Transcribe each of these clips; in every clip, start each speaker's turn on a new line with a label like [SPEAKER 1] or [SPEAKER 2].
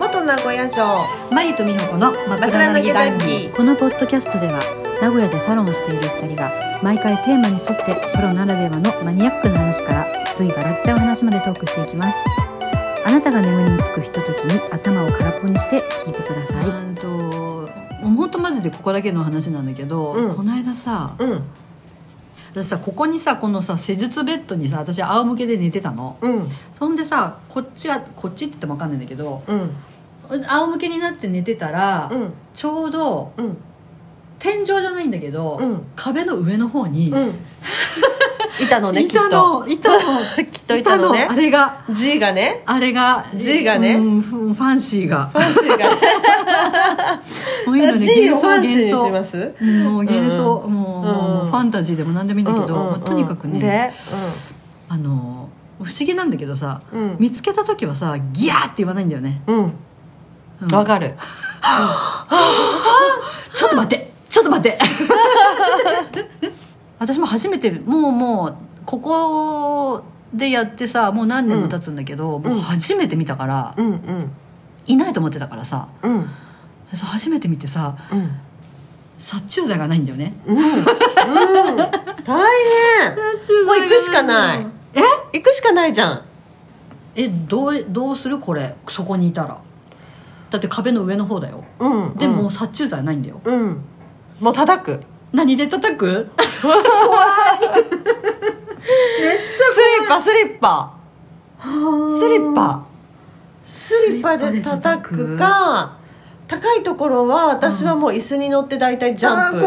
[SPEAKER 1] 山椒
[SPEAKER 2] マリと美穂子の枕
[SPEAKER 1] 枕
[SPEAKER 2] 投
[SPEAKER 1] 投
[SPEAKER 2] げ
[SPEAKER 1] げ
[SPEAKER 2] 談
[SPEAKER 1] 談
[SPEAKER 2] 義
[SPEAKER 1] 義
[SPEAKER 2] このポッドキャストでは名古屋でサロンをしている2人が毎回テーマに沿ってプロならではのマニアックな話からつい笑っちゃう話までトークしていきますあなたが眠りにつくひとときに頭を空っぽにして聞いてください
[SPEAKER 3] うんと本当マジでここだけの話なんだけど、
[SPEAKER 1] うん
[SPEAKER 3] この間さ
[SPEAKER 1] うん
[SPEAKER 3] 私さここにさこのさ施術ベッドにさ私仰向けで寝てたの
[SPEAKER 1] うん
[SPEAKER 3] そんでさこっちはこっちって言っても分かんないんだけど
[SPEAKER 1] うん
[SPEAKER 3] 仰向けになって寝てたら、
[SPEAKER 1] うん
[SPEAKER 3] ちょうど
[SPEAKER 1] うん
[SPEAKER 3] 天井じゃないんだけど、
[SPEAKER 1] うん
[SPEAKER 3] 壁の上の方に、
[SPEAKER 1] うん いたのねきっ
[SPEAKER 3] 板
[SPEAKER 1] と
[SPEAKER 3] の板 の
[SPEAKER 1] きっといたのね
[SPEAKER 3] 板あれが
[SPEAKER 1] G がね
[SPEAKER 3] あれが
[SPEAKER 1] G がね
[SPEAKER 3] うんファンシーが
[SPEAKER 1] ファンシーが
[SPEAKER 3] もういいのね
[SPEAKER 1] G を
[SPEAKER 3] 幻
[SPEAKER 1] フ
[SPEAKER 3] 想
[SPEAKER 1] ァンシーに
[SPEAKER 3] 幻
[SPEAKER 1] し
[SPEAKER 3] 想
[SPEAKER 1] ます
[SPEAKER 3] うんもう幻想、もう,、
[SPEAKER 1] うん
[SPEAKER 3] ファンタジーでも何でもいいんだけど、
[SPEAKER 1] うんうん
[SPEAKER 3] まあとにかくね、
[SPEAKER 1] で
[SPEAKER 3] あの不思議なんだけどさ、
[SPEAKER 1] うん
[SPEAKER 3] 見つけた時はさギャーって言わないんだよね、
[SPEAKER 1] うん
[SPEAKER 3] うん
[SPEAKER 1] わかる
[SPEAKER 3] ちょっと待ってちょっ と待って私も初めてもうもうここでやってさもう何年も経つんだけど、
[SPEAKER 1] ん
[SPEAKER 3] もう初めて見たから、
[SPEAKER 1] うんうん
[SPEAKER 3] いないと思ってたからさ
[SPEAKER 1] うん
[SPEAKER 3] さ初めて見てさ
[SPEAKER 1] うん
[SPEAKER 3] 殺虫剤がないんだよね
[SPEAKER 1] 大変
[SPEAKER 3] 殺虫
[SPEAKER 1] もう行くしかない
[SPEAKER 3] え
[SPEAKER 1] 行くしかないじゃん
[SPEAKER 3] えどうどうするこれそこにいたらだって壁の上の方だよ
[SPEAKER 1] うん
[SPEAKER 3] でも、殺虫剤ないんだよ
[SPEAKER 1] うんもう叩く
[SPEAKER 3] 何で叩く
[SPEAKER 1] スリッパスリッパスリッパスリッパで叩くか高いところは私はもう椅子に乗って大体ジャンプ、
[SPEAKER 3] い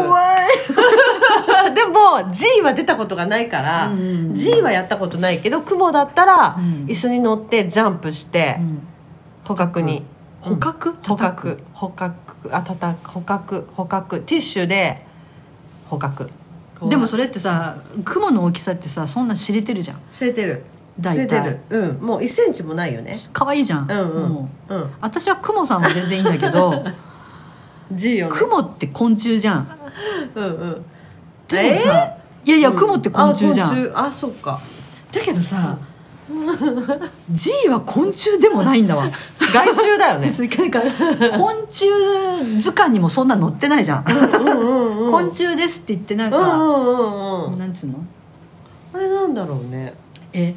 [SPEAKER 1] でも G は出たことがないから、
[SPEAKER 3] うんうんうん
[SPEAKER 1] G はやったことないけど雲だったら
[SPEAKER 3] うん
[SPEAKER 1] 椅子に乗ってジャンプして捕獲に、
[SPEAKER 3] 捕獲
[SPEAKER 1] 捕
[SPEAKER 3] 叩く
[SPEAKER 1] 獲捕獲あ叩く捕獲捕獲ティッシュで捕獲
[SPEAKER 3] でもそ
[SPEAKER 1] れ
[SPEAKER 3] れってさ雲の大きさってさそんな知れてるじゃん
[SPEAKER 1] 知れてる知れて
[SPEAKER 3] 大体
[SPEAKER 1] るうんもう1センチもないよね
[SPEAKER 3] 可愛いじゃん、
[SPEAKER 1] うんうん
[SPEAKER 3] も
[SPEAKER 1] うん
[SPEAKER 3] う私は雲さんは全然いいんだ けど
[SPEAKER 1] G よね
[SPEAKER 3] 雲って昆虫じゃん
[SPEAKER 1] うんうん
[SPEAKER 3] でもさ、いやいや雲って昆虫じゃん、
[SPEAKER 1] あ昆虫あそっか
[SPEAKER 3] だけどさ G は昆虫でもないんだ わ
[SPEAKER 1] 害虫だよね
[SPEAKER 3] なんか昆虫図鑑にもそんな載ってないじゃん、
[SPEAKER 1] うんうんうん
[SPEAKER 3] 昆虫ですって言ってなん
[SPEAKER 1] うんう
[SPEAKER 3] か、
[SPEAKER 1] んうんうん
[SPEAKER 3] なんつうの
[SPEAKER 1] あれなんだろうね
[SPEAKER 3] え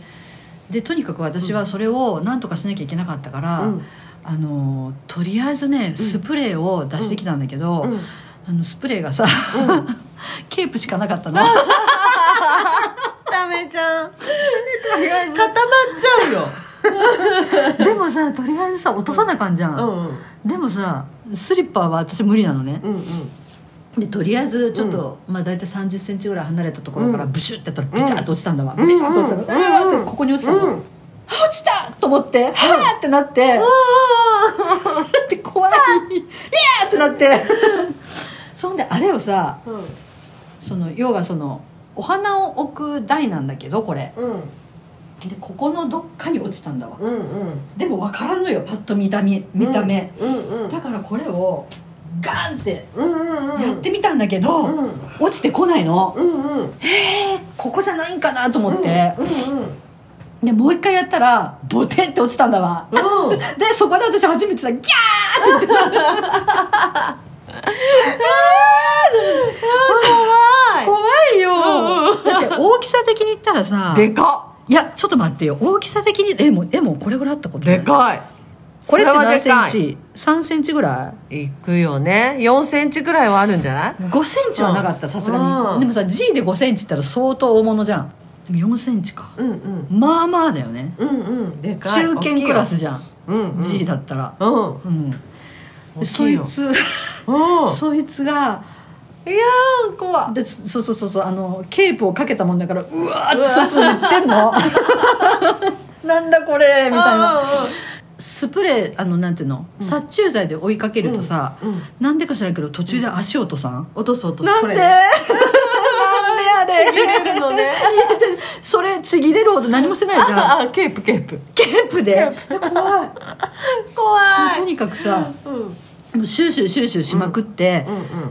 [SPEAKER 3] でとにかく私はそれを何とかしなきゃいけなかったから、
[SPEAKER 1] うん
[SPEAKER 3] あのとりあえずねスプレーを出してきたんだけど、
[SPEAKER 1] うん
[SPEAKER 3] あのスプレーがさ、 ケープしかなかったの
[SPEAKER 1] ダメじゃん固
[SPEAKER 3] りあえ
[SPEAKER 1] まっちゃうよ
[SPEAKER 3] でもさとりあえずさ落とさなあかんじゃん、
[SPEAKER 1] うんうん
[SPEAKER 3] でもさスリッパは私無理なのね、
[SPEAKER 1] うんうん
[SPEAKER 3] でとりあえずちょっと、まあ大体3 0センチぐらい離れたところから
[SPEAKER 1] うん
[SPEAKER 3] ブシュってやったらビタッと落ちたんだわ、
[SPEAKER 1] うん
[SPEAKER 3] ビタッと落ちたの、うわーってここに落ちたの、
[SPEAKER 1] うん
[SPEAKER 3] あ落ちたと思って、はーってなって、はーって怖いいやーってなってそんであれをさ
[SPEAKER 1] うん
[SPEAKER 3] その要はそのお花を置く台なんだけどこれ
[SPEAKER 1] うん
[SPEAKER 3] でここのどっかに落ちたんだわ
[SPEAKER 1] うんうん
[SPEAKER 3] でも分からんのよパッと見た目見た目、
[SPEAKER 1] うんうん
[SPEAKER 3] だからこれをガンって
[SPEAKER 1] うんうんうん
[SPEAKER 3] やってみたんだけど、
[SPEAKER 1] うんうん
[SPEAKER 3] 落ちてこないの、
[SPEAKER 1] うんうん
[SPEAKER 3] ここじゃないんかなと思って、
[SPEAKER 1] うんうん
[SPEAKER 3] でもう一回やったらボテンって落ちたんだわ
[SPEAKER 1] うん
[SPEAKER 3] でそこで私初めてさギャーって言ってた怖いよだって大きさ的に言ったらさ
[SPEAKER 1] でか
[SPEAKER 3] いやちょっと待ってよ大きさ的にえもうえもうこれぐらいあったこと
[SPEAKER 1] っでかい
[SPEAKER 3] これって何
[SPEAKER 1] そ
[SPEAKER 3] セ
[SPEAKER 1] れはで
[SPEAKER 3] ン
[SPEAKER 1] か
[SPEAKER 3] チ3センチぐらい
[SPEAKER 1] いいくよね4センチくらいはあるんじゃない
[SPEAKER 3] 5センチはなかったさすが
[SPEAKER 1] うん
[SPEAKER 3] にでもさ G で5センチって言ったら相当大物じゃんでも4センチか
[SPEAKER 1] うんうん
[SPEAKER 3] まあまあだよね
[SPEAKER 1] うんうんでかい
[SPEAKER 3] 中堅クラスじゃん
[SPEAKER 1] 大きいようんうん
[SPEAKER 3] G だったら
[SPEAKER 1] うんうん
[SPEAKER 3] うんで
[SPEAKER 1] 大
[SPEAKER 3] そ
[SPEAKER 1] きい
[SPEAKER 3] い
[SPEAKER 1] よ
[SPEAKER 3] つそいつが
[SPEAKER 1] いやー怖っ
[SPEAKER 3] でそそうそうそうあのケープをかけたもんだからうわーってそいつも言って んのなんだこれみたいなスプレーあのなんていうの、殺虫剤で追いかけるとさ、
[SPEAKER 1] うんうん
[SPEAKER 3] なんでか知らんけど途中で足音さん、
[SPEAKER 1] 落とす落とす
[SPEAKER 3] なん
[SPEAKER 1] こ
[SPEAKER 3] で
[SPEAKER 1] れ
[SPEAKER 3] なんであ
[SPEAKER 1] ちぎ
[SPEAKER 3] れ
[SPEAKER 1] れるのね
[SPEAKER 3] それちぎれるほど何もしてないじゃ ん
[SPEAKER 1] ああケープケープ
[SPEAKER 3] ケープでいや怖いも
[SPEAKER 1] 怖
[SPEAKER 3] うとにかくさ
[SPEAKER 1] うんうん
[SPEAKER 3] もうシューシューシューシューしまくって、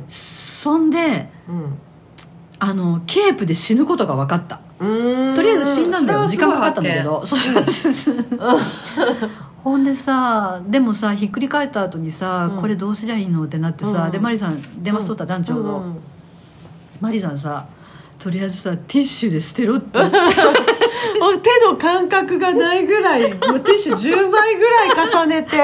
[SPEAKER 3] そんで
[SPEAKER 1] うん
[SPEAKER 3] あのケープで死ぬことが分かった
[SPEAKER 1] うんうん
[SPEAKER 3] とりあえず死んだんだよ時
[SPEAKER 1] それ
[SPEAKER 3] 間
[SPEAKER 1] はす
[SPEAKER 3] か
[SPEAKER 1] ごい
[SPEAKER 3] かったんだけどそうそうそうほんでさでもさひっくり返った後にさ、
[SPEAKER 1] うん
[SPEAKER 3] これどうすりゃいいのってなってさ、
[SPEAKER 1] うん
[SPEAKER 3] でマリさん電話しとった団
[SPEAKER 1] 発
[SPEAKER 3] 長
[SPEAKER 1] 見
[SPEAKER 3] の、
[SPEAKER 1] うん
[SPEAKER 3] マリさんさとりあえずさティッシュで捨てろって
[SPEAKER 1] もう手の感覚がないぐらいもうティッシュ10枚ぐらい重ね て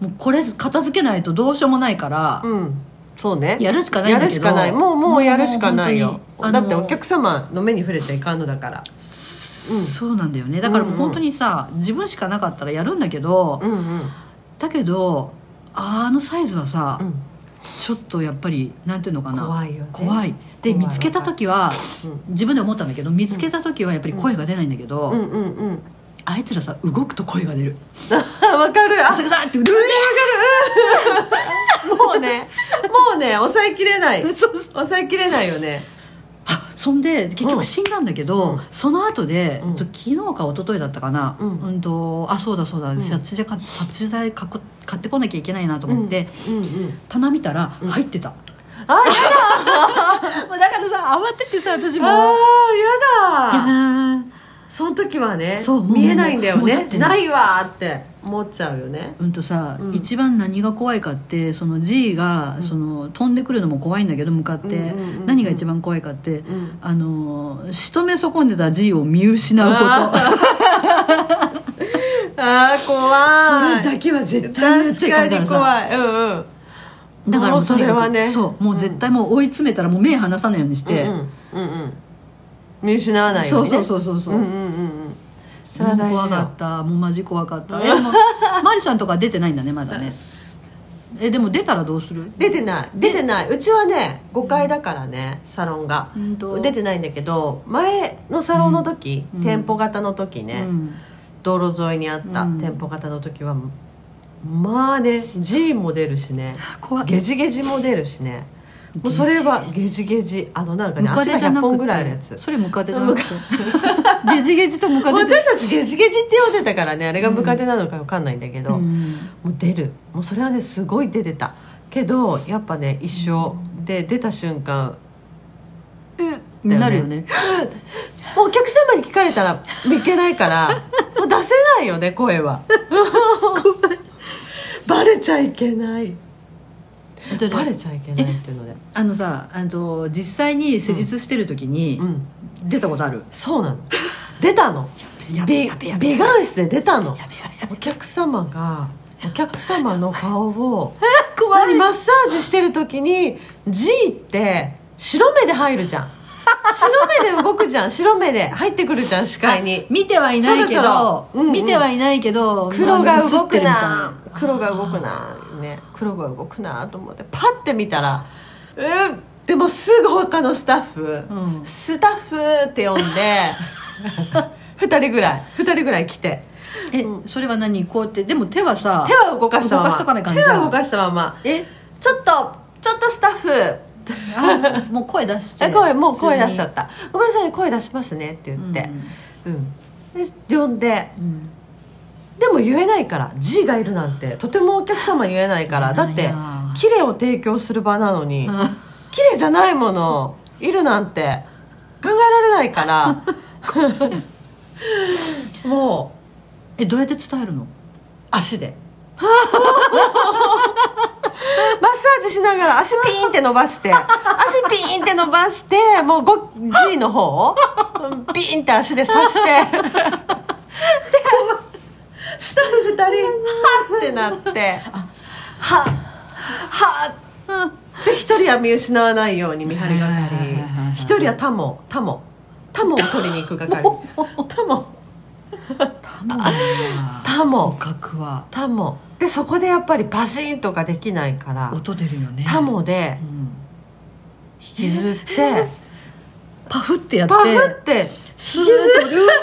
[SPEAKER 3] もうこれ片付けないとどうしようもないから、
[SPEAKER 1] うんそうね
[SPEAKER 3] やるしかないんだけど
[SPEAKER 1] やるしかないもうもうやるしかない
[SPEAKER 3] もう
[SPEAKER 1] よ
[SPEAKER 3] 本当にあの
[SPEAKER 1] だってお客様の目に触れていかんのだから
[SPEAKER 3] そうなんだよねだからもう本当にさ、自分しかなかったらやるんだけど、
[SPEAKER 1] うんうん
[SPEAKER 3] だけどあのサイズはさ、
[SPEAKER 1] うん
[SPEAKER 3] ちょっとやっぱりなんていうのかな
[SPEAKER 1] 怖いよね
[SPEAKER 3] 怖いで
[SPEAKER 1] 怖い
[SPEAKER 3] 見つけた時は
[SPEAKER 1] うん
[SPEAKER 3] 自分で思ったんだけど見つけた時はやっぱり声が出ないんだけど、
[SPEAKER 1] うんうんうん
[SPEAKER 3] あいつらさ動くと声が出る
[SPEAKER 1] わかる
[SPEAKER 3] 「あ
[SPEAKER 1] あ
[SPEAKER 3] さくさ!」って「うる
[SPEAKER 1] もうねもうね抑えきれない抑えきれないよね
[SPEAKER 3] あそんで結
[SPEAKER 1] うん
[SPEAKER 3] 局死んだんだけど、
[SPEAKER 1] うん
[SPEAKER 3] その後で、
[SPEAKER 1] うん
[SPEAKER 3] 昨日か一昨日だったかな、
[SPEAKER 1] うん
[SPEAKER 3] とあそうだそうだ、
[SPEAKER 1] ん
[SPEAKER 3] 殺虫剤か殺虫剤かこ買ってこなきゃいけないなと思って、
[SPEAKER 1] うんうん
[SPEAKER 3] 棚見たら入ってた、
[SPEAKER 1] あや
[SPEAKER 3] もうだからさ慌ててさ私も
[SPEAKER 1] あ
[SPEAKER 3] い
[SPEAKER 1] ーやだ
[SPEAKER 3] や
[SPEAKER 1] その時はね
[SPEAKER 3] そうもう
[SPEAKER 1] 見えないんだよ
[SPEAKER 3] もうだ
[SPEAKER 1] ね
[SPEAKER 3] ってね
[SPEAKER 1] ないわーって思っちゃうよね
[SPEAKER 3] うんとさ、
[SPEAKER 1] うん
[SPEAKER 3] 一番何が怖いかってその G がその飛んでくるのも怖いんだけど向かって、
[SPEAKER 1] うんうんうん
[SPEAKER 3] 何が一番怖いかって、
[SPEAKER 1] ん
[SPEAKER 3] あのー仕留め損ねた G を見失うこと
[SPEAKER 1] ああー怖い
[SPEAKER 3] それだけは絶対にやっちゃいかんから
[SPEAKER 1] 確か
[SPEAKER 3] さ
[SPEAKER 1] に怖いうんうん
[SPEAKER 3] だからもうとにかく
[SPEAKER 1] もうそれはね
[SPEAKER 3] そうもう絶対もう追い詰めたらもう目離さないようにして、
[SPEAKER 1] うんうんうんうん見失わないよ
[SPEAKER 3] そうう
[SPEAKER 1] に
[SPEAKER 3] そう
[SPEAKER 1] ね
[SPEAKER 3] そううそうそう、
[SPEAKER 1] んうんうんうんそれ
[SPEAKER 3] も
[SPEAKER 1] は
[SPEAKER 3] う
[SPEAKER 1] 大事
[SPEAKER 3] 怖か
[SPEAKER 1] よ
[SPEAKER 3] ったもうマジ怖かったえでも マリさんとか出てないんだねまだねえでも出たらどうする
[SPEAKER 1] 出てない出てないうちはね5階だからねサロンが
[SPEAKER 3] うんと
[SPEAKER 1] 出てないんだけど前のサロンの時、
[SPEAKER 3] うん
[SPEAKER 1] 店舗型の時ね、
[SPEAKER 3] うん
[SPEAKER 1] 道路沿いにあった
[SPEAKER 3] うん
[SPEAKER 1] 店舗型の時は、まあね G も出るしね
[SPEAKER 3] 怖い
[SPEAKER 1] ゲジゲジも出るしねもうそれはゲジゲジあのなんかね足が100本ぐらいあるやつ
[SPEAKER 3] それムカデじゃなくて ゲジゲジとムカデで
[SPEAKER 1] 私たちゲジゲジって呼んでたからねあれがムカデなのか分かんないんだけど、
[SPEAKER 3] うん
[SPEAKER 1] もう出るもうそれはねすごい出てたけどやっぱね一生で出た瞬間だよね
[SPEAKER 3] なるよね
[SPEAKER 1] もうお客様に聞かれたらいけないから もう出せないよね声はバレちゃいけない
[SPEAKER 3] だって
[SPEAKER 1] バレちゃいけないっていうので、
[SPEAKER 3] あのさあの実際に施術してる時に
[SPEAKER 1] うん、
[SPEAKER 3] 出たことある
[SPEAKER 1] そうなの出たの
[SPEAKER 3] やべ
[SPEAKER 1] 美
[SPEAKER 3] やべやべ
[SPEAKER 1] 美顔室で出たの
[SPEAKER 3] やべやべや
[SPEAKER 1] お客様がお客様の顔を
[SPEAKER 3] べ 怖い
[SPEAKER 1] マッサージしてる時に G って白目で入るじ ゃん白目で動くじゃん白目で入ってくるじゃん視界に
[SPEAKER 3] 見てはいないけ
[SPEAKER 1] ちょろちょ
[SPEAKER 3] ど
[SPEAKER 1] ろうんうん
[SPEAKER 3] 見てはいないけど
[SPEAKER 1] 黒が動く
[SPEAKER 3] まあ
[SPEAKER 1] な黒が動くなね黒が動くなと思ってパッて見たら「うん」でもすぐ他のスタッフ
[SPEAKER 3] う
[SPEAKER 1] 「
[SPEAKER 3] ん
[SPEAKER 1] スタッフ」って呼んで 2人ぐらい2人ぐらい来て
[SPEAKER 3] 映ってるみたいなえそれは何こうやってでも手はさ
[SPEAKER 1] 手は動かしたまま
[SPEAKER 3] 動かしとかない感じ
[SPEAKER 1] 手
[SPEAKER 3] じゃん
[SPEAKER 1] は動かしたまま
[SPEAKER 3] え
[SPEAKER 1] 「ちょっとちょっとスタッフ」
[SPEAKER 3] あもう声出して
[SPEAKER 1] え声もう声出しちゃった「ごめんなさい声出しますね」って言ってうん、で呼んで
[SPEAKER 3] うん
[SPEAKER 1] でも言えないから G がいるなんてとてもお客様に言えないからだ
[SPEAKER 3] 言
[SPEAKER 1] っ
[SPEAKER 3] えない
[SPEAKER 1] て
[SPEAKER 3] な
[SPEAKER 1] 綺麗を提供する場なのに
[SPEAKER 3] うん
[SPEAKER 1] 綺麗じゃないものいるなんて考えられないから もう
[SPEAKER 3] えどうやって伝えるの
[SPEAKER 1] 足でマッサージしながら足ピーンって伸ばして足ピーンって伸ばしてもう 5G の方をうんピーンって足で刺してでスタッフ2人はっってなってはっはっで1人は見失わないように見張り
[SPEAKER 3] はいはいはいはいはいはい
[SPEAKER 1] 係1人はタモタモタモを取りに行く係タモ
[SPEAKER 3] 多分な
[SPEAKER 1] タモ
[SPEAKER 3] 捕獲は
[SPEAKER 1] タモでそこでやっぱりバシンとかできないから
[SPEAKER 3] 音出るよね
[SPEAKER 1] タモで
[SPEAKER 3] うん
[SPEAKER 1] 引きず って
[SPEAKER 3] パフってやって
[SPEAKER 1] パフって
[SPEAKER 3] スーッとうわ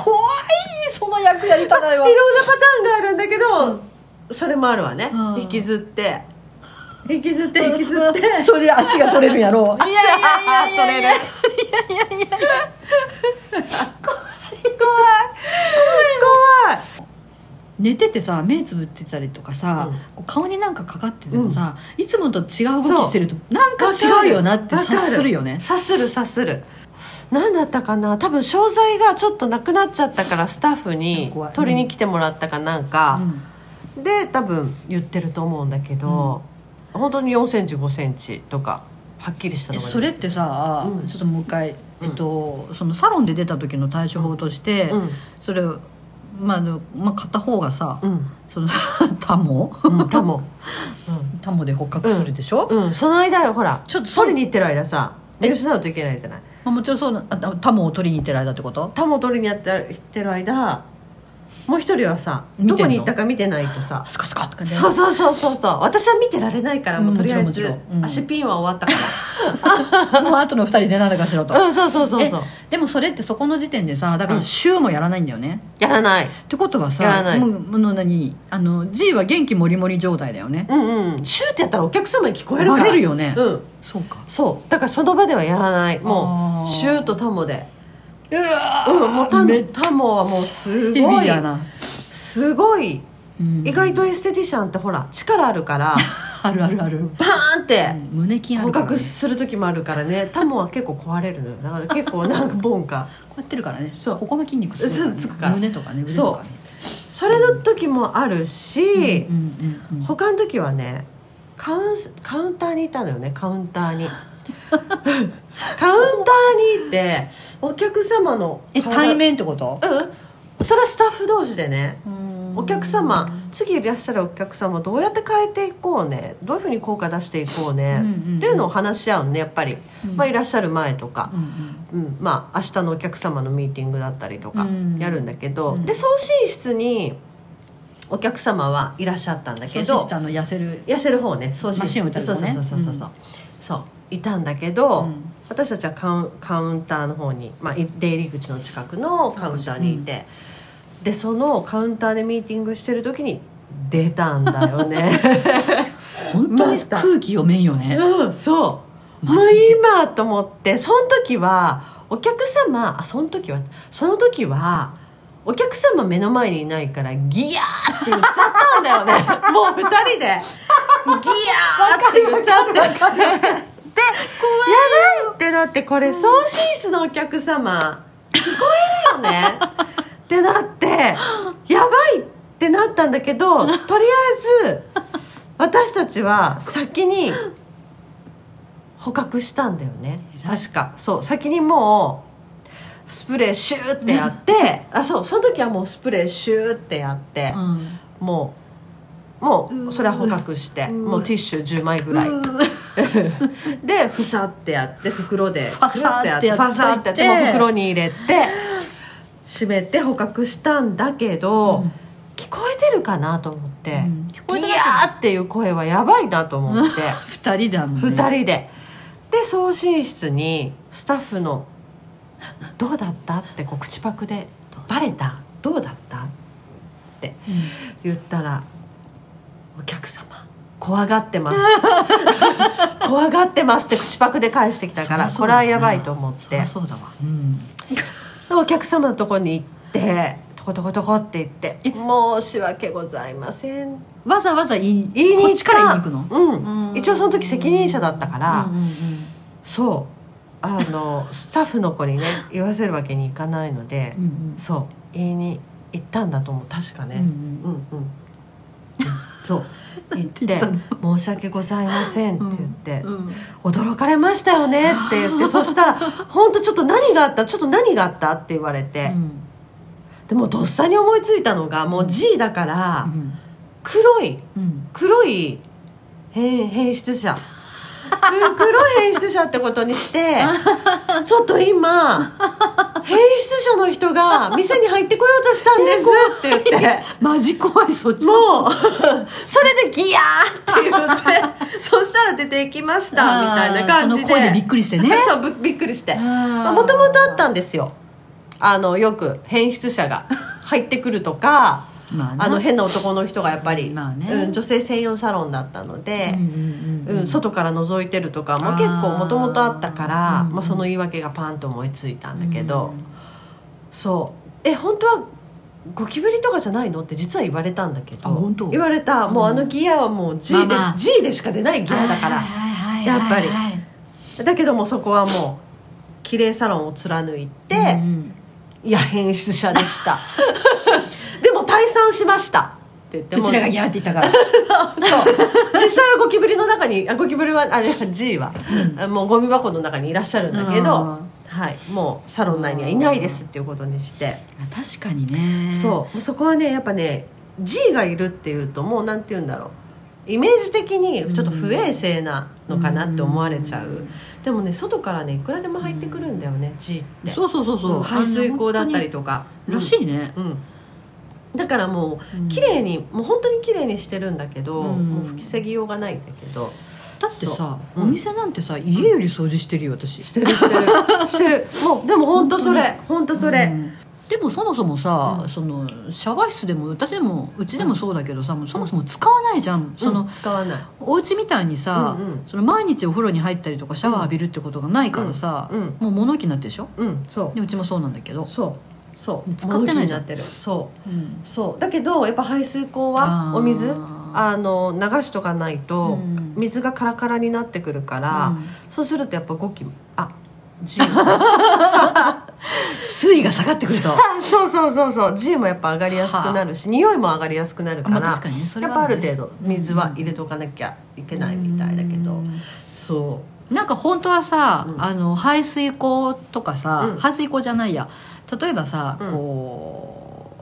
[SPEAKER 3] 怖いその役やりたない
[SPEAKER 1] いろ
[SPEAKER 3] わ
[SPEAKER 1] んなパターンがあるんだけどそれもあるわね
[SPEAKER 3] うん
[SPEAKER 1] 引きずって引きずって引きずって
[SPEAKER 3] それで足が取れるんやろういやいやいやい
[SPEAKER 1] いや
[SPEAKER 3] や
[SPEAKER 1] いやいやいやいやいやいや怖い怖い怖い
[SPEAKER 3] 寝ててさ目つぶってたりとかさ、こう顔になんかかかっててもさ、いつもと違う動きしてるとなんか違うよなって
[SPEAKER 1] わか
[SPEAKER 3] 察するよね
[SPEAKER 1] 察する察する何だったかな多分商材がちょっとなくなっちゃったからスタッフに
[SPEAKER 3] 怖い
[SPEAKER 1] 取りに来てもらったかなん
[SPEAKER 3] う
[SPEAKER 1] か、
[SPEAKER 3] ん
[SPEAKER 1] で多分言ってると思うんだけど、本当に4センチ5センチとかはっきりした
[SPEAKER 3] え
[SPEAKER 1] のが
[SPEAKER 3] それってさ、
[SPEAKER 1] うん
[SPEAKER 3] ちょっともう一回、
[SPEAKER 1] うん
[SPEAKER 3] えっと、そのサロンで出た時の対処法として、
[SPEAKER 1] うん
[SPEAKER 3] それまああの、まあ、片方がさ、
[SPEAKER 1] うん
[SPEAKER 3] その タモ
[SPEAKER 1] うんか も、
[SPEAKER 3] タモで捕獲するでしょ、
[SPEAKER 1] うん、うん、その間よほら
[SPEAKER 3] ちょっとそ
[SPEAKER 1] 取りに行ってる間さ
[SPEAKER 3] え
[SPEAKER 1] 見失うといけないじゃない
[SPEAKER 3] まあ、もちろんそうなあタモを取りに行ってる間ってこと
[SPEAKER 1] タモ取りにやって行ってる間もう一人はさ
[SPEAKER 3] 見
[SPEAKER 1] ど
[SPEAKER 3] てんの
[SPEAKER 1] こに行ったか見てないとさ
[SPEAKER 3] スカスカとかね
[SPEAKER 1] そうそうそうそうそう私は見てられないからもうとりあえ
[SPEAKER 3] もちろん
[SPEAKER 1] ず
[SPEAKER 3] もちろんうん
[SPEAKER 1] 足ピンは終わったか
[SPEAKER 3] もう後の二人で何だかしろと、
[SPEAKER 1] らうんそうそうそう
[SPEAKER 3] え
[SPEAKER 1] そう
[SPEAKER 3] でもそれってそこの時点でさだから週もやらないんだよね、
[SPEAKER 1] やらない
[SPEAKER 3] ってことは
[SPEAKER 1] やらな
[SPEAKER 3] さ
[SPEAKER 1] い
[SPEAKER 3] もうもう何あの G は元気もりもり状態だよね
[SPEAKER 1] うんうんシューってやったらお客様に聞こえるか
[SPEAKER 3] バ
[SPEAKER 1] ら
[SPEAKER 3] レるよね、
[SPEAKER 1] うん
[SPEAKER 3] そうか
[SPEAKER 1] そうだからその場ではやらない
[SPEAKER 3] あ
[SPEAKER 1] も
[SPEAKER 3] ー
[SPEAKER 1] うシューとタモでうんもうタモタモはもうす
[SPEAKER 3] ヘビ
[SPEAKER 1] ご
[SPEAKER 3] ー
[SPEAKER 1] い
[SPEAKER 3] だな、
[SPEAKER 1] すごい
[SPEAKER 3] うん
[SPEAKER 1] 意外とエステティシャンってほら力あるから
[SPEAKER 3] あるあるある
[SPEAKER 1] バーンって
[SPEAKER 3] 胸筋あ
[SPEAKER 1] 捕
[SPEAKER 3] るから、ね、
[SPEAKER 1] 獲する時もあるからねタモは結構壊れるのよだから結構なんかボンか
[SPEAKER 3] こうやってるからね
[SPEAKER 1] そう
[SPEAKER 3] ここの筋肉すごいらね
[SPEAKER 1] そうつくから
[SPEAKER 3] 胸とかね腕とかね
[SPEAKER 1] それの時もあるし、
[SPEAKER 3] うんうんうん
[SPEAKER 1] 他の時はねカウンカウンターにいたのよねカウンター にカウンターにいてお客様の
[SPEAKER 3] え
[SPEAKER 1] 体
[SPEAKER 3] 対面ってこと
[SPEAKER 1] うんそれはスタッフ同士でねお客様
[SPEAKER 3] うん
[SPEAKER 1] 次いらっしゃるお客様どうやって変えていこうねどういうふうに効果出していこうね、
[SPEAKER 3] うんうんうん
[SPEAKER 1] っていうのを話し合うねやっぱり、
[SPEAKER 3] うん
[SPEAKER 1] まあ、いらっしゃる前とか
[SPEAKER 3] う、ん
[SPEAKER 1] うんまあ、明日のお客様のミーティングだったりとか
[SPEAKER 3] うん
[SPEAKER 1] やるんだけど、
[SPEAKER 3] うん
[SPEAKER 1] で送信室にお客様はいらっしゃったんだ
[SPEAKER 3] け
[SPEAKER 1] け
[SPEAKER 3] ど
[SPEAKER 1] ど
[SPEAKER 3] したの痩せる
[SPEAKER 1] 痩せる方ね送信
[SPEAKER 3] マシンを打たれた
[SPEAKER 1] そう
[SPEAKER 3] 方
[SPEAKER 1] そう
[SPEAKER 3] ね
[SPEAKER 1] そうそうそうそう、
[SPEAKER 3] うん
[SPEAKER 1] そういたんだけど、
[SPEAKER 3] うん
[SPEAKER 1] 私たちはカウンカウンターの方に、まあ、い出入り口の近くのカウンターにいて、でそのカウンターでミーティングしてる時に出たんだよね
[SPEAKER 3] 本当に空気読めんよね
[SPEAKER 1] うんそう
[SPEAKER 3] マ
[SPEAKER 1] もう
[SPEAKER 3] ジで
[SPEAKER 1] 今と思ってその時はお客様あその時はその時はお客様目の前にいないからギヤーって言っちゃったんだよ ねもう二人でギヤーって言っちゃってでやばいってなってこれ送信室のお客様聞こえるよねってなってやばいってなったんだけどとりあえず私たちは先に捕獲したんだよね
[SPEAKER 3] 偉い
[SPEAKER 1] 確かそう先にもうスプレーシューってやってあそうその時はもうスプレーシューってやって、
[SPEAKER 3] うん
[SPEAKER 1] もうもうそれは捕獲して
[SPEAKER 3] う
[SPEAKER 1] もうティッシュ10枚ぐらい。でふさってやって袋で
[SPEAKER 3] ファサーってやっといて
[SPEAKER 1] ファサーってやってもう袋に入れて閉めて捕獲したんだけど、
[SPEAKER 3] うん
[SPEAKER 1] 聞こえてるかなと思って、
[SPEAKER 3] うん聞こえてなかった
[SPEAKER 1] ギヤーっていう声はやばいなと思って
[SPEAKER 3] 二人だもんね
[SPEAKER 1] 2人でで送信室にスタッフの「どうだった?」ってこう口パクで「バレたどうだった?」って言ったら「お客様怖がって ます怖がってます」って口パクで返してきたからこれはやばいと思っ
[SPEAKER 3] そり
[SPEAKER 1] て
[SPEAKER 3] ゃそうだわうん
[SPEAKER 1] お客様のとこに行ってトコトコトコって
[SPEAKER 3] え
[SPEAKER 1] 言って「申し訳ございません」
[SPEAKER 3] わざわざ言い
[SPEAKER 1] 言いに行った
[SPEAKER 3] こっちから言いに行くの
[SPEAKER 1] うん
[SPEAKER 3] うん
[SPEAKER 1] 一応その時責任者だったから、
[SPEAKER 3] うんうんうん
[SPEAKER 1] そうあのスタッフの子に ね言わせるわけにいかないので、
[SPEAKER 3] うん
[SPEAKER 1] そう言いに行ったんだと思う確かね、う
[SPEAKER 3] うん
[SPEAKER 1] んうん、そう言って
[SPEAKER 3] 言った
[SPEAKER 1] 「申し訳ございません」って言って「
[SPEAKER 3] うんうん
[SPEAKER 1] 驚かれましたよね」って言ってそしたら「本当ちょっと何があったちょっと何があった?」って言われて、
[SPEAKER 3] うん
[SPEAKER 1] でもとっさに思いついたのがもう G だから
[SPEAKER 3] うん
[SPEAKER 1] 黒い
[SPEAKER 3] うん
[SPEAKER 1] 黒い変変質者 うん黒い変質者ってことにしてちょっと今変質者の人が店に入ってこようとしたんですって言って。
[SPEAKER 3] マジ怖いそっちの
[SPEAKER 1] もうそれでギヤーって言って そしたら出ていきましたみたいな感じで
[SPEAKER 3] あーその声でびっくりしてね
[SPEAKER 1] そうぶびっくりして
[SPEAKER 3] あー
[SPEAKER 1] もともとあったんですよあのよく変質者 が入ってくるとか
[SPEAKER 3] まあな
[SPEAKER 1] あの変な男の人がやっぱり、
[SPEAKER 3] まあね
[SPEAKER 1] うん、女性専用サロンだったので、
[SPEAKER 3] うんう
[SPEAKER 1] う
[SPEAKER 3] ん
[SPEAKER 1] ん
[SPEAKER 3] うん
[SPEAKER 1] 外から覗いてるとかも
[SPEAKER 3] あー
[SPEAKER 1] 結構もともとあったから
[SPEAKER 3] うんうん
[SPEAKER 1] まあ、その言い訳がパンと思いついたんだけど、
[SPEAKER 3] うん
[SPEAKER 1] そうえ本当はゴキブリとかじゃないのって実は言われたんだけど
[SPEAKER 3] あ本当
[SPEAKER 1] 言われたもうあのギアはもう G で、
[SPEAKER 3] まあまあ
[SPEAKER 1] G でしか出ないギアだから、
[SPEAKER 3] ら
[SPEAKER 1] やっぱりだけどもそこはもう綺麗サロンを貫いて、いや変質者でした でも退散しましたって言って
[SPEAKER 3] う
[SPEAKER 1] も
[SPEAKER 3] ちらがギャーって言ったから
[SPEAKER 1] 実際はゴキブリの中にあゴキブリはあれ G は、もうゴミ箱の中にいらっしゃるんだけ
[SPEAKER 3] あ
[SPEAKER 1] ど、はい、もうサロン内にはいないですっていうことにして、
[SPEAKER 3] 確かにね
[SPEAKER 1] そうもうそこはねやっぱね G がいるっていうともうなんて言うんだろうイメージ的にちょっと不衛生なのかなって思われちゃう、でもね外からねいくらでも入ってくるんだよね G って
[SPEAKER 3] そうそうそうそう
[SPEAKER 1] うん排水口だったり
[SPEAKER 3] と
[SPEAKER 1] とから
[SPEAKER 3] しいね
[SPEAKER 1] うん、だからもう
[SPEAKER 3] うん
[SPEAKER 1] 綺麗にもう本当に綺麗にしてるんだけど、
[SPEAKER 3] うん
[SPEAKER 1] もう防ぎようがないんだけど
[SPEAKER 3] だってさ
[SPEAKER 1] そう
[SPEAKER 3] お店なんてさ家より掃除してるよ私
[SPEAKER 1] してるしてる してるもうでも本当それ本当それ、
[SPEAKER 3] うんでもそもそもさ、
[SPEAKER 1] うん
[SPEAKER 3] そのシャワー室でも私でもうちでもそうだけどさ、もうそもそも使わないじゃん、そ
[SPEAKER 1] うん
[SPEAKER 3] の
[SPEAKER 1] 使わない
[SPEAKER 3] お家みたいにさ、
[SPEAKER 1] うんうん
[SPEAKER 3] その毎日お風呂に入ったりとかシャワー浴びるってことがないからさ、
[SPEAKER 1] うん
[SPEAKER 3] もう物置になってるでしょ
[SPEAKER 1] うんそ
[SPEAKER 3] でうちもそうなんだけど
[SPEAKER 1] う、そうそう
[SPEAKER 3] 使ってないじゃ
[SPEAKER 1] 物置になっ
[SPEAKER 3] ん
[SPEAKER 1] てるそう
[SPEAKER 3] うん
[SPEAKER 1] そうだけどやっぱ排水口
[SPEAKER 3] あ
[SPEAKER 1] は
[SPEAKER 3] ー
[SPEAKER 1] お水あの流しとかないと、
[SPEAKER 3] うん
[SPEAKER 1] 水がカラカラになってくるから、
[SPEAKER 3] うん
[SPEAKER 1] そうするとやっぱゴキあ G
[SPEAKER 3] 水位が下がってくると
[SPEAKER 1] そうそうそうそう G もやっぱ上がりやすくなるし匂いも上がりやすくなる
[SPEAKER 3] あ
[SPEAKER 1] から、
[SPEAKER 3] まあ確かにねそれ
[SPEAKER 1] やっ
[SPEAKER 3] は
[SPEAKER 1] ぱある
[SPEAKER 3] ね
[SPEAKER 1] 程度水は入れとかなきゃいけないみたいだけど、
[SPEAKER 3] うん
[SPEAKER 1] そ
[SPEAKER 3] なんか本当はさ、
[SPEAKER 1] うん
[SPEAKER 3] あの排水口とかさ、
[SPEAKER 1] うん
[SPEAKER 3] 排水口じゃないや例えばさ、
[SPEAKER 1] うん
[SPEAKER 3] こ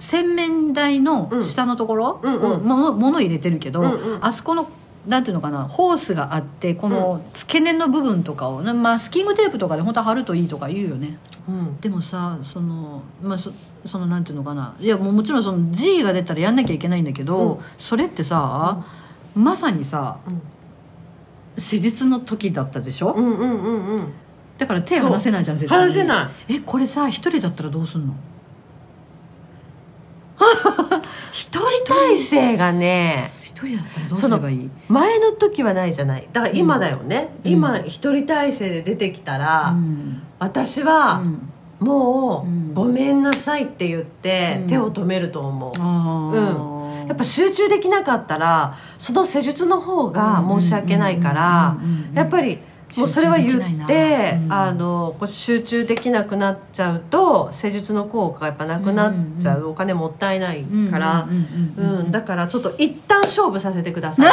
[SPEAKER 3] う洗面台の下のところ、
[SPEAKER 1] うん
[SPEAKER 3] こ
[SPEAKER 1] うん
[SPEAKER 3] 物物入れてるけど、
[SPEAKER 1] うんうん
[SPEAKER 3] あそこのなんていうのかなホースがあってこの付け根の部分とかを、なマスキングテープとかで本当は貼るといいとか言うよね
[SPEAKER 1] う、うん、
[SPEAKER 3] でもさその,、まあ、そそのなんていうのかないやもうもちろんその G が出たらやんなきゃいけないんだけど、
[SPEAKER 1] うん
[SPEAKER 3] それってさ、まさにさ施術の時だったでしょ、
[SPEAKER 1] うんうんうんうん
[SPEAKER 3] だから手離せないじゃん絶対
[SPEAKER 1] 話せない
[SPEAKER 3] えこれさ一人だったらどうすんの
[SPEAKER 1] い一人体制がね
[SPEAKER 3] 一人だったらどうすればいい
[SPEAKER 1] 前の時はないじゃないだから今だよね、
[SPEAKER 3] うん
[SPEAKER 1] 今一人体制で出てきたら、
[SPEAKER 3] うん
[SPEAKER 1] 私
[SPEAKER 3] う
[SPEAKER 1] は
[SPEAKER 3] ん
[SPEAKER 1] もう、
[SPEAKER 3] うん
[SPEAKER 1] ごめんなさいって言って
[SPEAKER 3] うん
[SPEAKER 1] 手を止めると思う、
[SPEAKER 3] あー
[SPEAKER 1] やっぱ集中できなかったらその施術の方が申し訳ないから
[SPEAKER 3] うんうんうんうんうん
[SPEAKER 1] やっぱりもうそれは言
[SPEAKER 3] 集中
[SPEAKER 1] っ
[SPEAKER 3] でき
[SPEAKER 1] て
[SPEAKER 3] ないなうん
[SPEAKER 1] あのこう集中できなくなっちゃうと施術の効果がやっぱなくなっちゃ
[SPEAKER 3] うん
[SPEAKER 1] うお金もったいない
[SPEAKER 3] うん
[SPEAKER 1] から
[SPEAKER 3] うんうんうんうん
[SPEAKER 1] うんだからちょっと一旦勝負させてくだ さい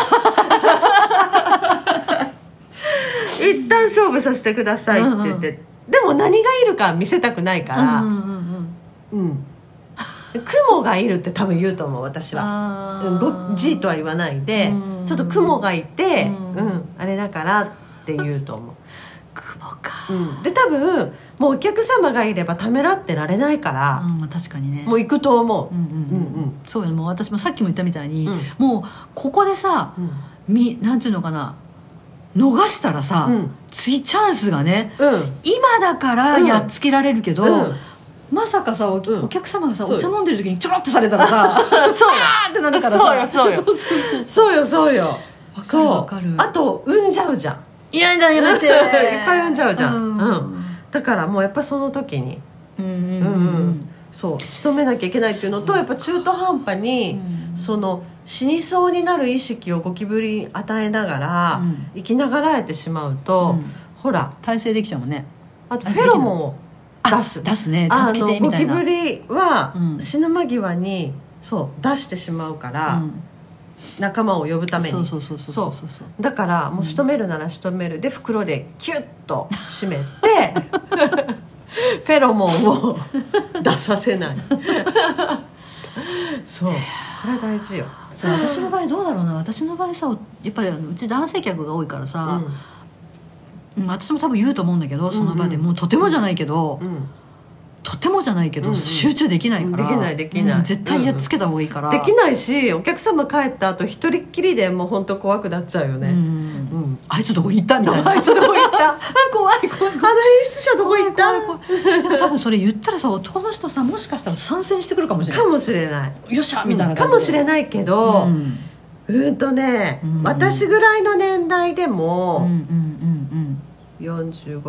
[SPEAKER 1] 一旦勝負させてくださいって言ってでも何がいるか見せたくないから
[SPEAKER 3] うんうんうんうん
[SPEAKER 1] うん雲がいるって多分言うと思う私は。
[SPEAKER 3] あ
[SPEAKER 1] うんご G とは言わないで
[SPEAKER 3] うん
[SPEAKER 1] ちょっと雲がいて、
[SPEAKER 3] うん
[SPEAKER 1] うんあれだからって言うと思う、
[SPEAKER 3] 雲か
[SPEAKER 1] うんで多分もうお客様がいればためらってられないか
[SPEAKER 3] う
[SPEAKER 1] ら、
[SPEAKER 3] んまあ確かにね
[SPEAKER 1] もう行くと思
[SPEAKER 3] う
[SPEAKER 1] う、
[SPEAKER 3] んうんう
[SPEAKER 1] うんんうん
[SPEAKER 3] そうよもう私もさっきも言ったみたいに
[SPEAKER 1] うん
[SPEAKER 3] もうここでさ
[SPEAKER 1] うん
[SPEAKER 3] みなんていうのかな逃したらさ
[SPEAKER 1] うん
[SPEAKER 3] 次チャンスがね
[SPEAKER 1] うん
[SPEAKER 3] 今だからやっつけられるけど、
[SPEAKER 1] うん
[SPEAKER 3] まさかさお,、
[SPEAKER 1] うん
[SPEAKER 3] お客様がさ
[SPEAKER 1] そう
[SPEAKER 3] お
[SPEAKER 1] よ
[SPEAKER 3] 茶飲んでる時にちょろっとされたらさ
[SPEAKER 1] そうよ
[SPEAKER 3] あーってなるからさ
[SPEAKER 1] そうよそうよ
[SPEAKER 3] そうそうそう
[SPEAKER 1] そうよそうよ
[SPEAKER 3] かる
[SPEAKER 1] そう
[SPEAKER 3] わかる
[SPEAKER 1] あと産んじゃうじゃん
[SPEAKER 3] いやだやめていっ
[SPEAKER 1] いっぱい産んじゃうじゃん
[SPEAKER 3] うん
[SPEAKER 1] うんだからもうやっぱその時に
[SPEAKER 3] うんうん
[SPEAKER 1] うん
[SPEAKER 3] う
[SPEAKER 1] うんんそう勤めなきゃいけないっていうのとやっぱ中途半端に、
[SPEAKER 3] うん
[SPEAKER 1] その死にそうになる意識をゴキブリに与えながら、
[SPEAKER 3] うん
[SPEAKER 1] 生きながらえてしまうと、
[SPEAKER 3] うん
[SPEAKER 1] ほら
[SPEAKER 3] 体制できちゃうもんね
[SPEAKER 1] あとフェロモンを出す
[SPEAKER 3] 出すね
[SPEAKER 1] あ
[SPEAKER 3] 助け
[SPEAKER 1] の
[SPEAKER 3] てみ
[SPEAKER 1] ゴ
[SPEAKER 3] た
[SPEAKER 1] キ
[SPEAKER 3] いな
[SPEAKER 1] ブリは
[SPEAKER 3] うん
[SPEAKER 1] 死ぬ間際に、そう出してしまうから、
[SPEAKER 3] うん
[SPEAKER 1] 仲間を呼ぶために
[SPEAKER 3] そうそうそうそうそうそう
[SPEAKER 1] だからもう仕留めるなら仕留めるで袋でキュッと締めて フェロモン を出させないそうこれ大事よ、
[SPEAKER 3] そう私の場合どうだろうな私の場合さやっぱりあのうち男性客が多いからさ、うん私も多分言うと思うんだけどその場で、
[SPEAKER 1] うんうん
[SPEAKER 3] もうとてもじゃないけど、
[SPEAKER 1] うんうん
[SPEAKER 3] とてもじゃないけど、
[SPEAKER 1] うんうん
[SPEAKER 3] 集中できないから
[SPEAKER 1] できないできない
[SPEAKER 3] うん絶対やっつけた方がいいから、
[SPEAKER 1] できないしお客様帰った後一人っきりでもう本当怖くなっちゃうよ
[SPEAKER 3] う
[SPEAKER 1] ね、
[SPEAKER 3] ん
[SPEAKER 1] うん
[SPEAKER 3] あいつどこ行ったみたいな
[SPEAKER 1] あいつどこ行った あ怖い怖い怖いあの演出者どこ行った
[SPEAKER 3] でも多分それ言ったらさ男の人さもしかしたら参戦してくるかもしれな
[SPEAKER 1] かもしれない
[SPEAKER 3] いよっしゃみたいな
[SPEAKER 1] か
[SPEAKER 3] 感
[SPEAKER 1] も
[SPEAKER 3] じ
[SPEAKER 1] し
[SPEAKER 3] で
[SPEAKER 1] れないけど、う
[SPEAKER 3] うん
[SPEAKER 1] ん、とね、
[SPEAKER 3] うん
[SPEAKER 1] 私ぐらいの年代で
[SPEAKER 3] うんうん
[SPEAKER 1] も、
[SPEAKER 3] うんうん
[SPEAKER 1] 4 5 6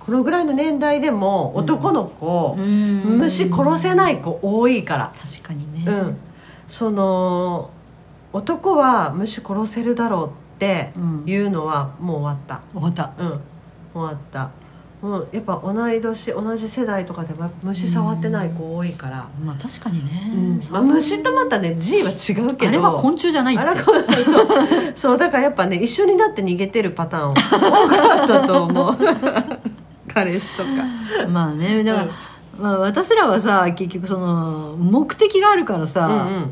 [SPEAKER 1] このぐらいの年代でも男の子、
[SPEAKER 3] うん
[SPEAKER 1] 虫殺せない子多いから、
[SPEAKER 3] 確かにね、
[SPEAKER 1] うん、その男は虫殺せるだろうって
[SPEAKER 3] うん
[SPEAKER 1] いうのはもう終わった
[SPEAKER 3] 終わった
[SPEAKER 1] うん終わったもうやっぱ同い年同じ世代とかでも虫触ってない子多いから、
[SPEAKER 3] まあ確かにね、
[SPEAKER 1] まあ、虫とまたね G は違うけど
[SPEAKER 3] あれは昆虫じゃないって
[SPEAKER 1] あらこそうそうだからやっぱね一緒になって逃げてるパターン多かったと思う 彼氏とか
[SPEAKER 3] まあねだから、まあ、私らはさ結局その目的があるからさ、
[SPEAKER 1] うんうん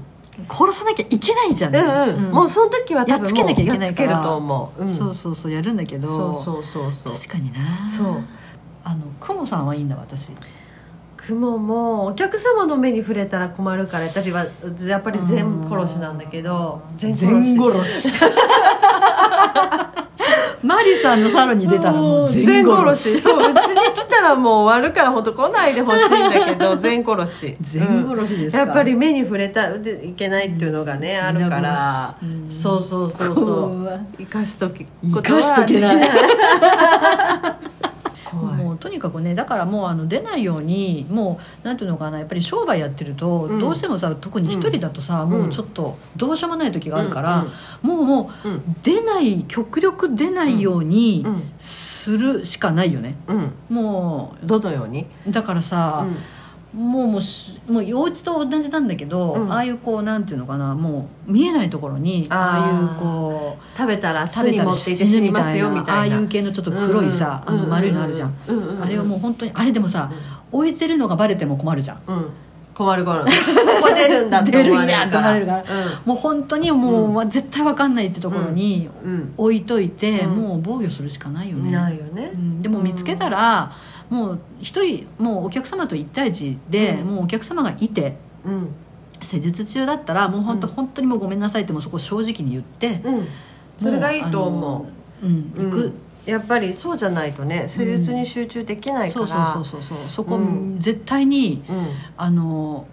[SPEAKER 3] 殺さなきゃいけないじゃん、
[SPEAKER 1] うんうん、もうその時は多分もう
[SPEAKER 3] やっつけなきゃいけない
[SPEAKER 1] やっつ
[SPEAKER 3] か
[SPEAKER 1] け
[SPEAKER 3] ら
[SPEAKER 1] ると思う、うん、
[SPEAKER 3] そうそうそうやるんだけど
[SPEAKER 1] そうそうそうそう
[SPEAKER 3] 確かにな
[SPEAKER 1] そう
[SPEAKER 3] あのクモさんはいいんだ私
[SPEAKER 1] 雲もお客様の目に触れたら困るから私はやっぱり全殺しなんだけど全殺し
[SPEAKER 3] しマリさんのサロンに出たらもう全
[SPEAKER 1] 全殺
[SPEAKER 3] 殺
[SPEAKER 1] し
[SPEAKER 3] し
[SPEAKER 1] そううちに来たらもう終わるから本当来ないでほしいんだけど全殺し
[SPEAKER 3] 全殺しですか
[SPEAKER 1] やっぱり目に触れたでいけないっていうのがね、あるから、
[SPEAKER 3] 皆殺しうん
[SPEAKER 1] そうそうそう
[SPEAKER 3] う
[SPEAKER 1] そ
[SPEAKER 3] わ
[SPEAKER 1] う生かしとき
[SPEAKER 3] 生かしとけない
[SPEAKER 1] ことはできい 怖い
[SPEAKER 3] もうとにかくねだからもうあの出ないようにもうなんていうのかなやっぱり商売やってると、
[SPEAKER 1] うん
[SPEAKER 3] どうしてもさ特に一人だとさ、
[SPEAKER 1] ん
[SPEAKER 3] もうちょっとどうしようもない時があるから、もうも
[SPEAKER 1] うん
[SPEAKER 3] う出ない極力出ないように
[SPEAKER 1] うんうん
[SPEAKER 3] するしかないよね、
[SPEAKER 1] うん、うん
[SPEAKER 3] も
[SPEAKER 1] どのように、
[SPEAKER 3] うだからさ、もうもうしもう幼稚と同じなんだけど、
[SPEAKER 1] うん
[SPEAKER 3] ああいうこうなんていうのかなもう見えないところにあ
[SPEAKER 1] あー
[SPEAKER 3] あいうこう
[SPEAKER 1] 食べたら
[SPEAKER 3] 食
[SPEAKER 1] 巣
[SPEAKER 3] べ
[SPEAKER 1] に
[SPEAKER 3] た
[SPEAKER 1] 持
[SPEAKER 3] ら
[SPEAKER 1] っていて
[SPEAKER 3] 死
[SPEAKER 1] 死
[SPEAKER 3] ぬ
[SPEAKER 1] に
[SPEAKER 3] み
[SPEAKER 1] ます
[SPEAKER 3] たい
[SPEAKER 1] よみ
[SPEAKER 3] なあ
[SPEAKER 1] た
[SPEAKER 3] あ
[SPEAKER 1] い
[SPEAKER 3] い
[SPEAKER 1] な
[SPEAKER 3] う系のちょっと黒いさ、
[SPEAKER 1] うんうん
[SPEAKER 3] あの丸いのあるじゃん,、
[SPEAKER 1] うんうんうんうん
[SPEAKER 3] あれはもう本当にあれでもさ置いてるのがバレても困るじゃん
[SPEAKER 1] うん困る困るここ出るんだって思われるから
[SPEAKER 3] 出るんやって思われるもう本当にもう、わ絶対わかんないってところに
[SPEAKER 1] うん、うん
[SPEAKER 3] 置いといて、
[SPEAKER 1] うん
[SPEAKER 3] もう防御するしかないよね
[SPEAKER 1] ないよね
[SPEAKER 3] うんでも見つけたら、もう一人もうお客様と一対一で、
[SPEAKER 1] うん
[SPEAKER 3] もうお客様がいて
[SPEAKER 1] うん
[SPEAKER 3] 施術中だったらもう本当、
[SPEAKER 1] うん
[SPEAKER 3] 本当にもうごめんなさいってもうそこ正直に言って、
[SPEAKER 1] うんそれがいいと思
[SPEAKER 3] う、うん、
[SPEAKER 1] う、う
[SPEAKER 3] 行く
[SPEAKER 1] ん、やっぱりそうじゃないとね施術に集中できないか
[SPEAKER 3] そう
[SPEAKER 1] ら、
[SPEAKER 3] そうそうそうそこ、
[SPEAKER 1] うん
[SPEAKER 3] 絶対に
[SPEAKER 1] うん
[SPEAKER 3] あの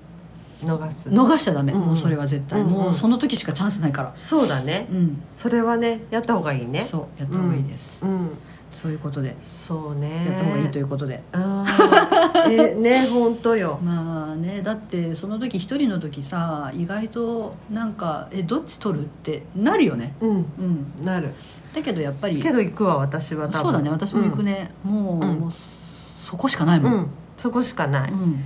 [SPEAKER 1] 逃す
[SPEAKER 3] 逃しちゃダメ、
[SPEAKER 1] うん
[SPEAKER 3] もうそれは絶対、
[SPEAKER 1] うん
[SPEAKER 3] もうその時しかチャンスないから
[SPEAKER 1] そうだね
[SPEAKER 3] うん
[SPEAKER 1] それはねやった方がいいね
[SPEAKER 3] そうやった方がいいです、
[SPEAKER 1] うん
[SPEAKER 3] そういうことで
[SPEAKER 1] そうね
[SPEAKER 3] やった方がいいと
[SPEAKER 1] い
[SPEAKER 3] いううことで、
[SPEAKER 1] あーえね本当よ
[SPEAKER 3] まあねだってその時一人の時さ意外となんかえどっち取るってなるよね
[SPEAKER 1] うん
[SPEAKER 3] うん
[SPEAKER 1] なる
[SPEAKER 3] だけどやっぱり
[SPEAKER 1] けど行くわ私は多分
[SPEAKER 3] そうだね私も行くね、も
[SPEAKER 1] う
[SPEAKER 3] う,、
[SPEAKER 1] ん
[SPEAKER 3] もうそこしかない
[SPEAKER 1] うん、
[SPEAKER 3] もん、
[SPEAKER 1] うんそこしかない、
[SPEAKER 3] うん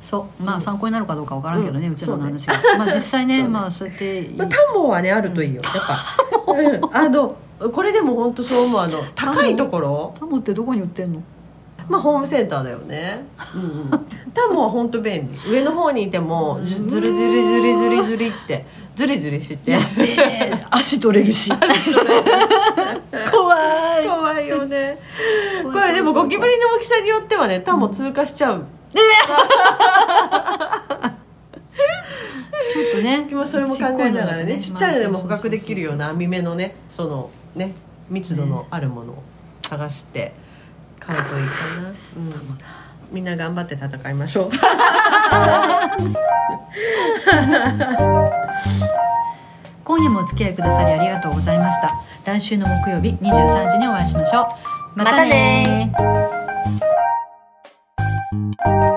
[SPEAKER 3] そうまあ参考になるかどうかわからんけどね、う
[SPEAKER 1] うん
[SPEAKER 3] ちらの話が、まあ実際ね
[SPEAKER 1] そうね
[SPEAKER 3] まあそうやって
[SPEAKER 1] まあ、タモはねあるといいよ、やっぱ、うん、あのこれでも本当そう思うあの高いところ
[SPEAKER 3] タモってどこに売ってんの
[SPEAKER 1] まあホームセンターだよね、うんうん、タモは本当便利上の方にいてもずずるずるずるずるずるってずりずりして
[SPEAKER 3] え足取れるし怖い
[SPEAKER 1] 怖いよねこ
[SPEAKER 3] 怖い
[SPEAKER 1] れでもゴキブリの大きさによってはねタモ通過しちゃう、
[SPEAKER 3] ちょっとね
[SPEAKER 1] まあそれも考えながらねちっちゃいのでも捕獲できるよう
[SPEAKER 3] ま
[SPEAKER 1] な
[SPEAKER 3] あ
[SPEAKER 1] 網目のねそのね密度のあるものを探して買うといいかな、うん、みんな頑張って戦いましょう
[SPEAKER 2] 今夜もお付き合いくださりありがとうございました来週の木曜日23時にお会いしましょう
[SPEAKER 1] またね
[SPEAKER 2] またね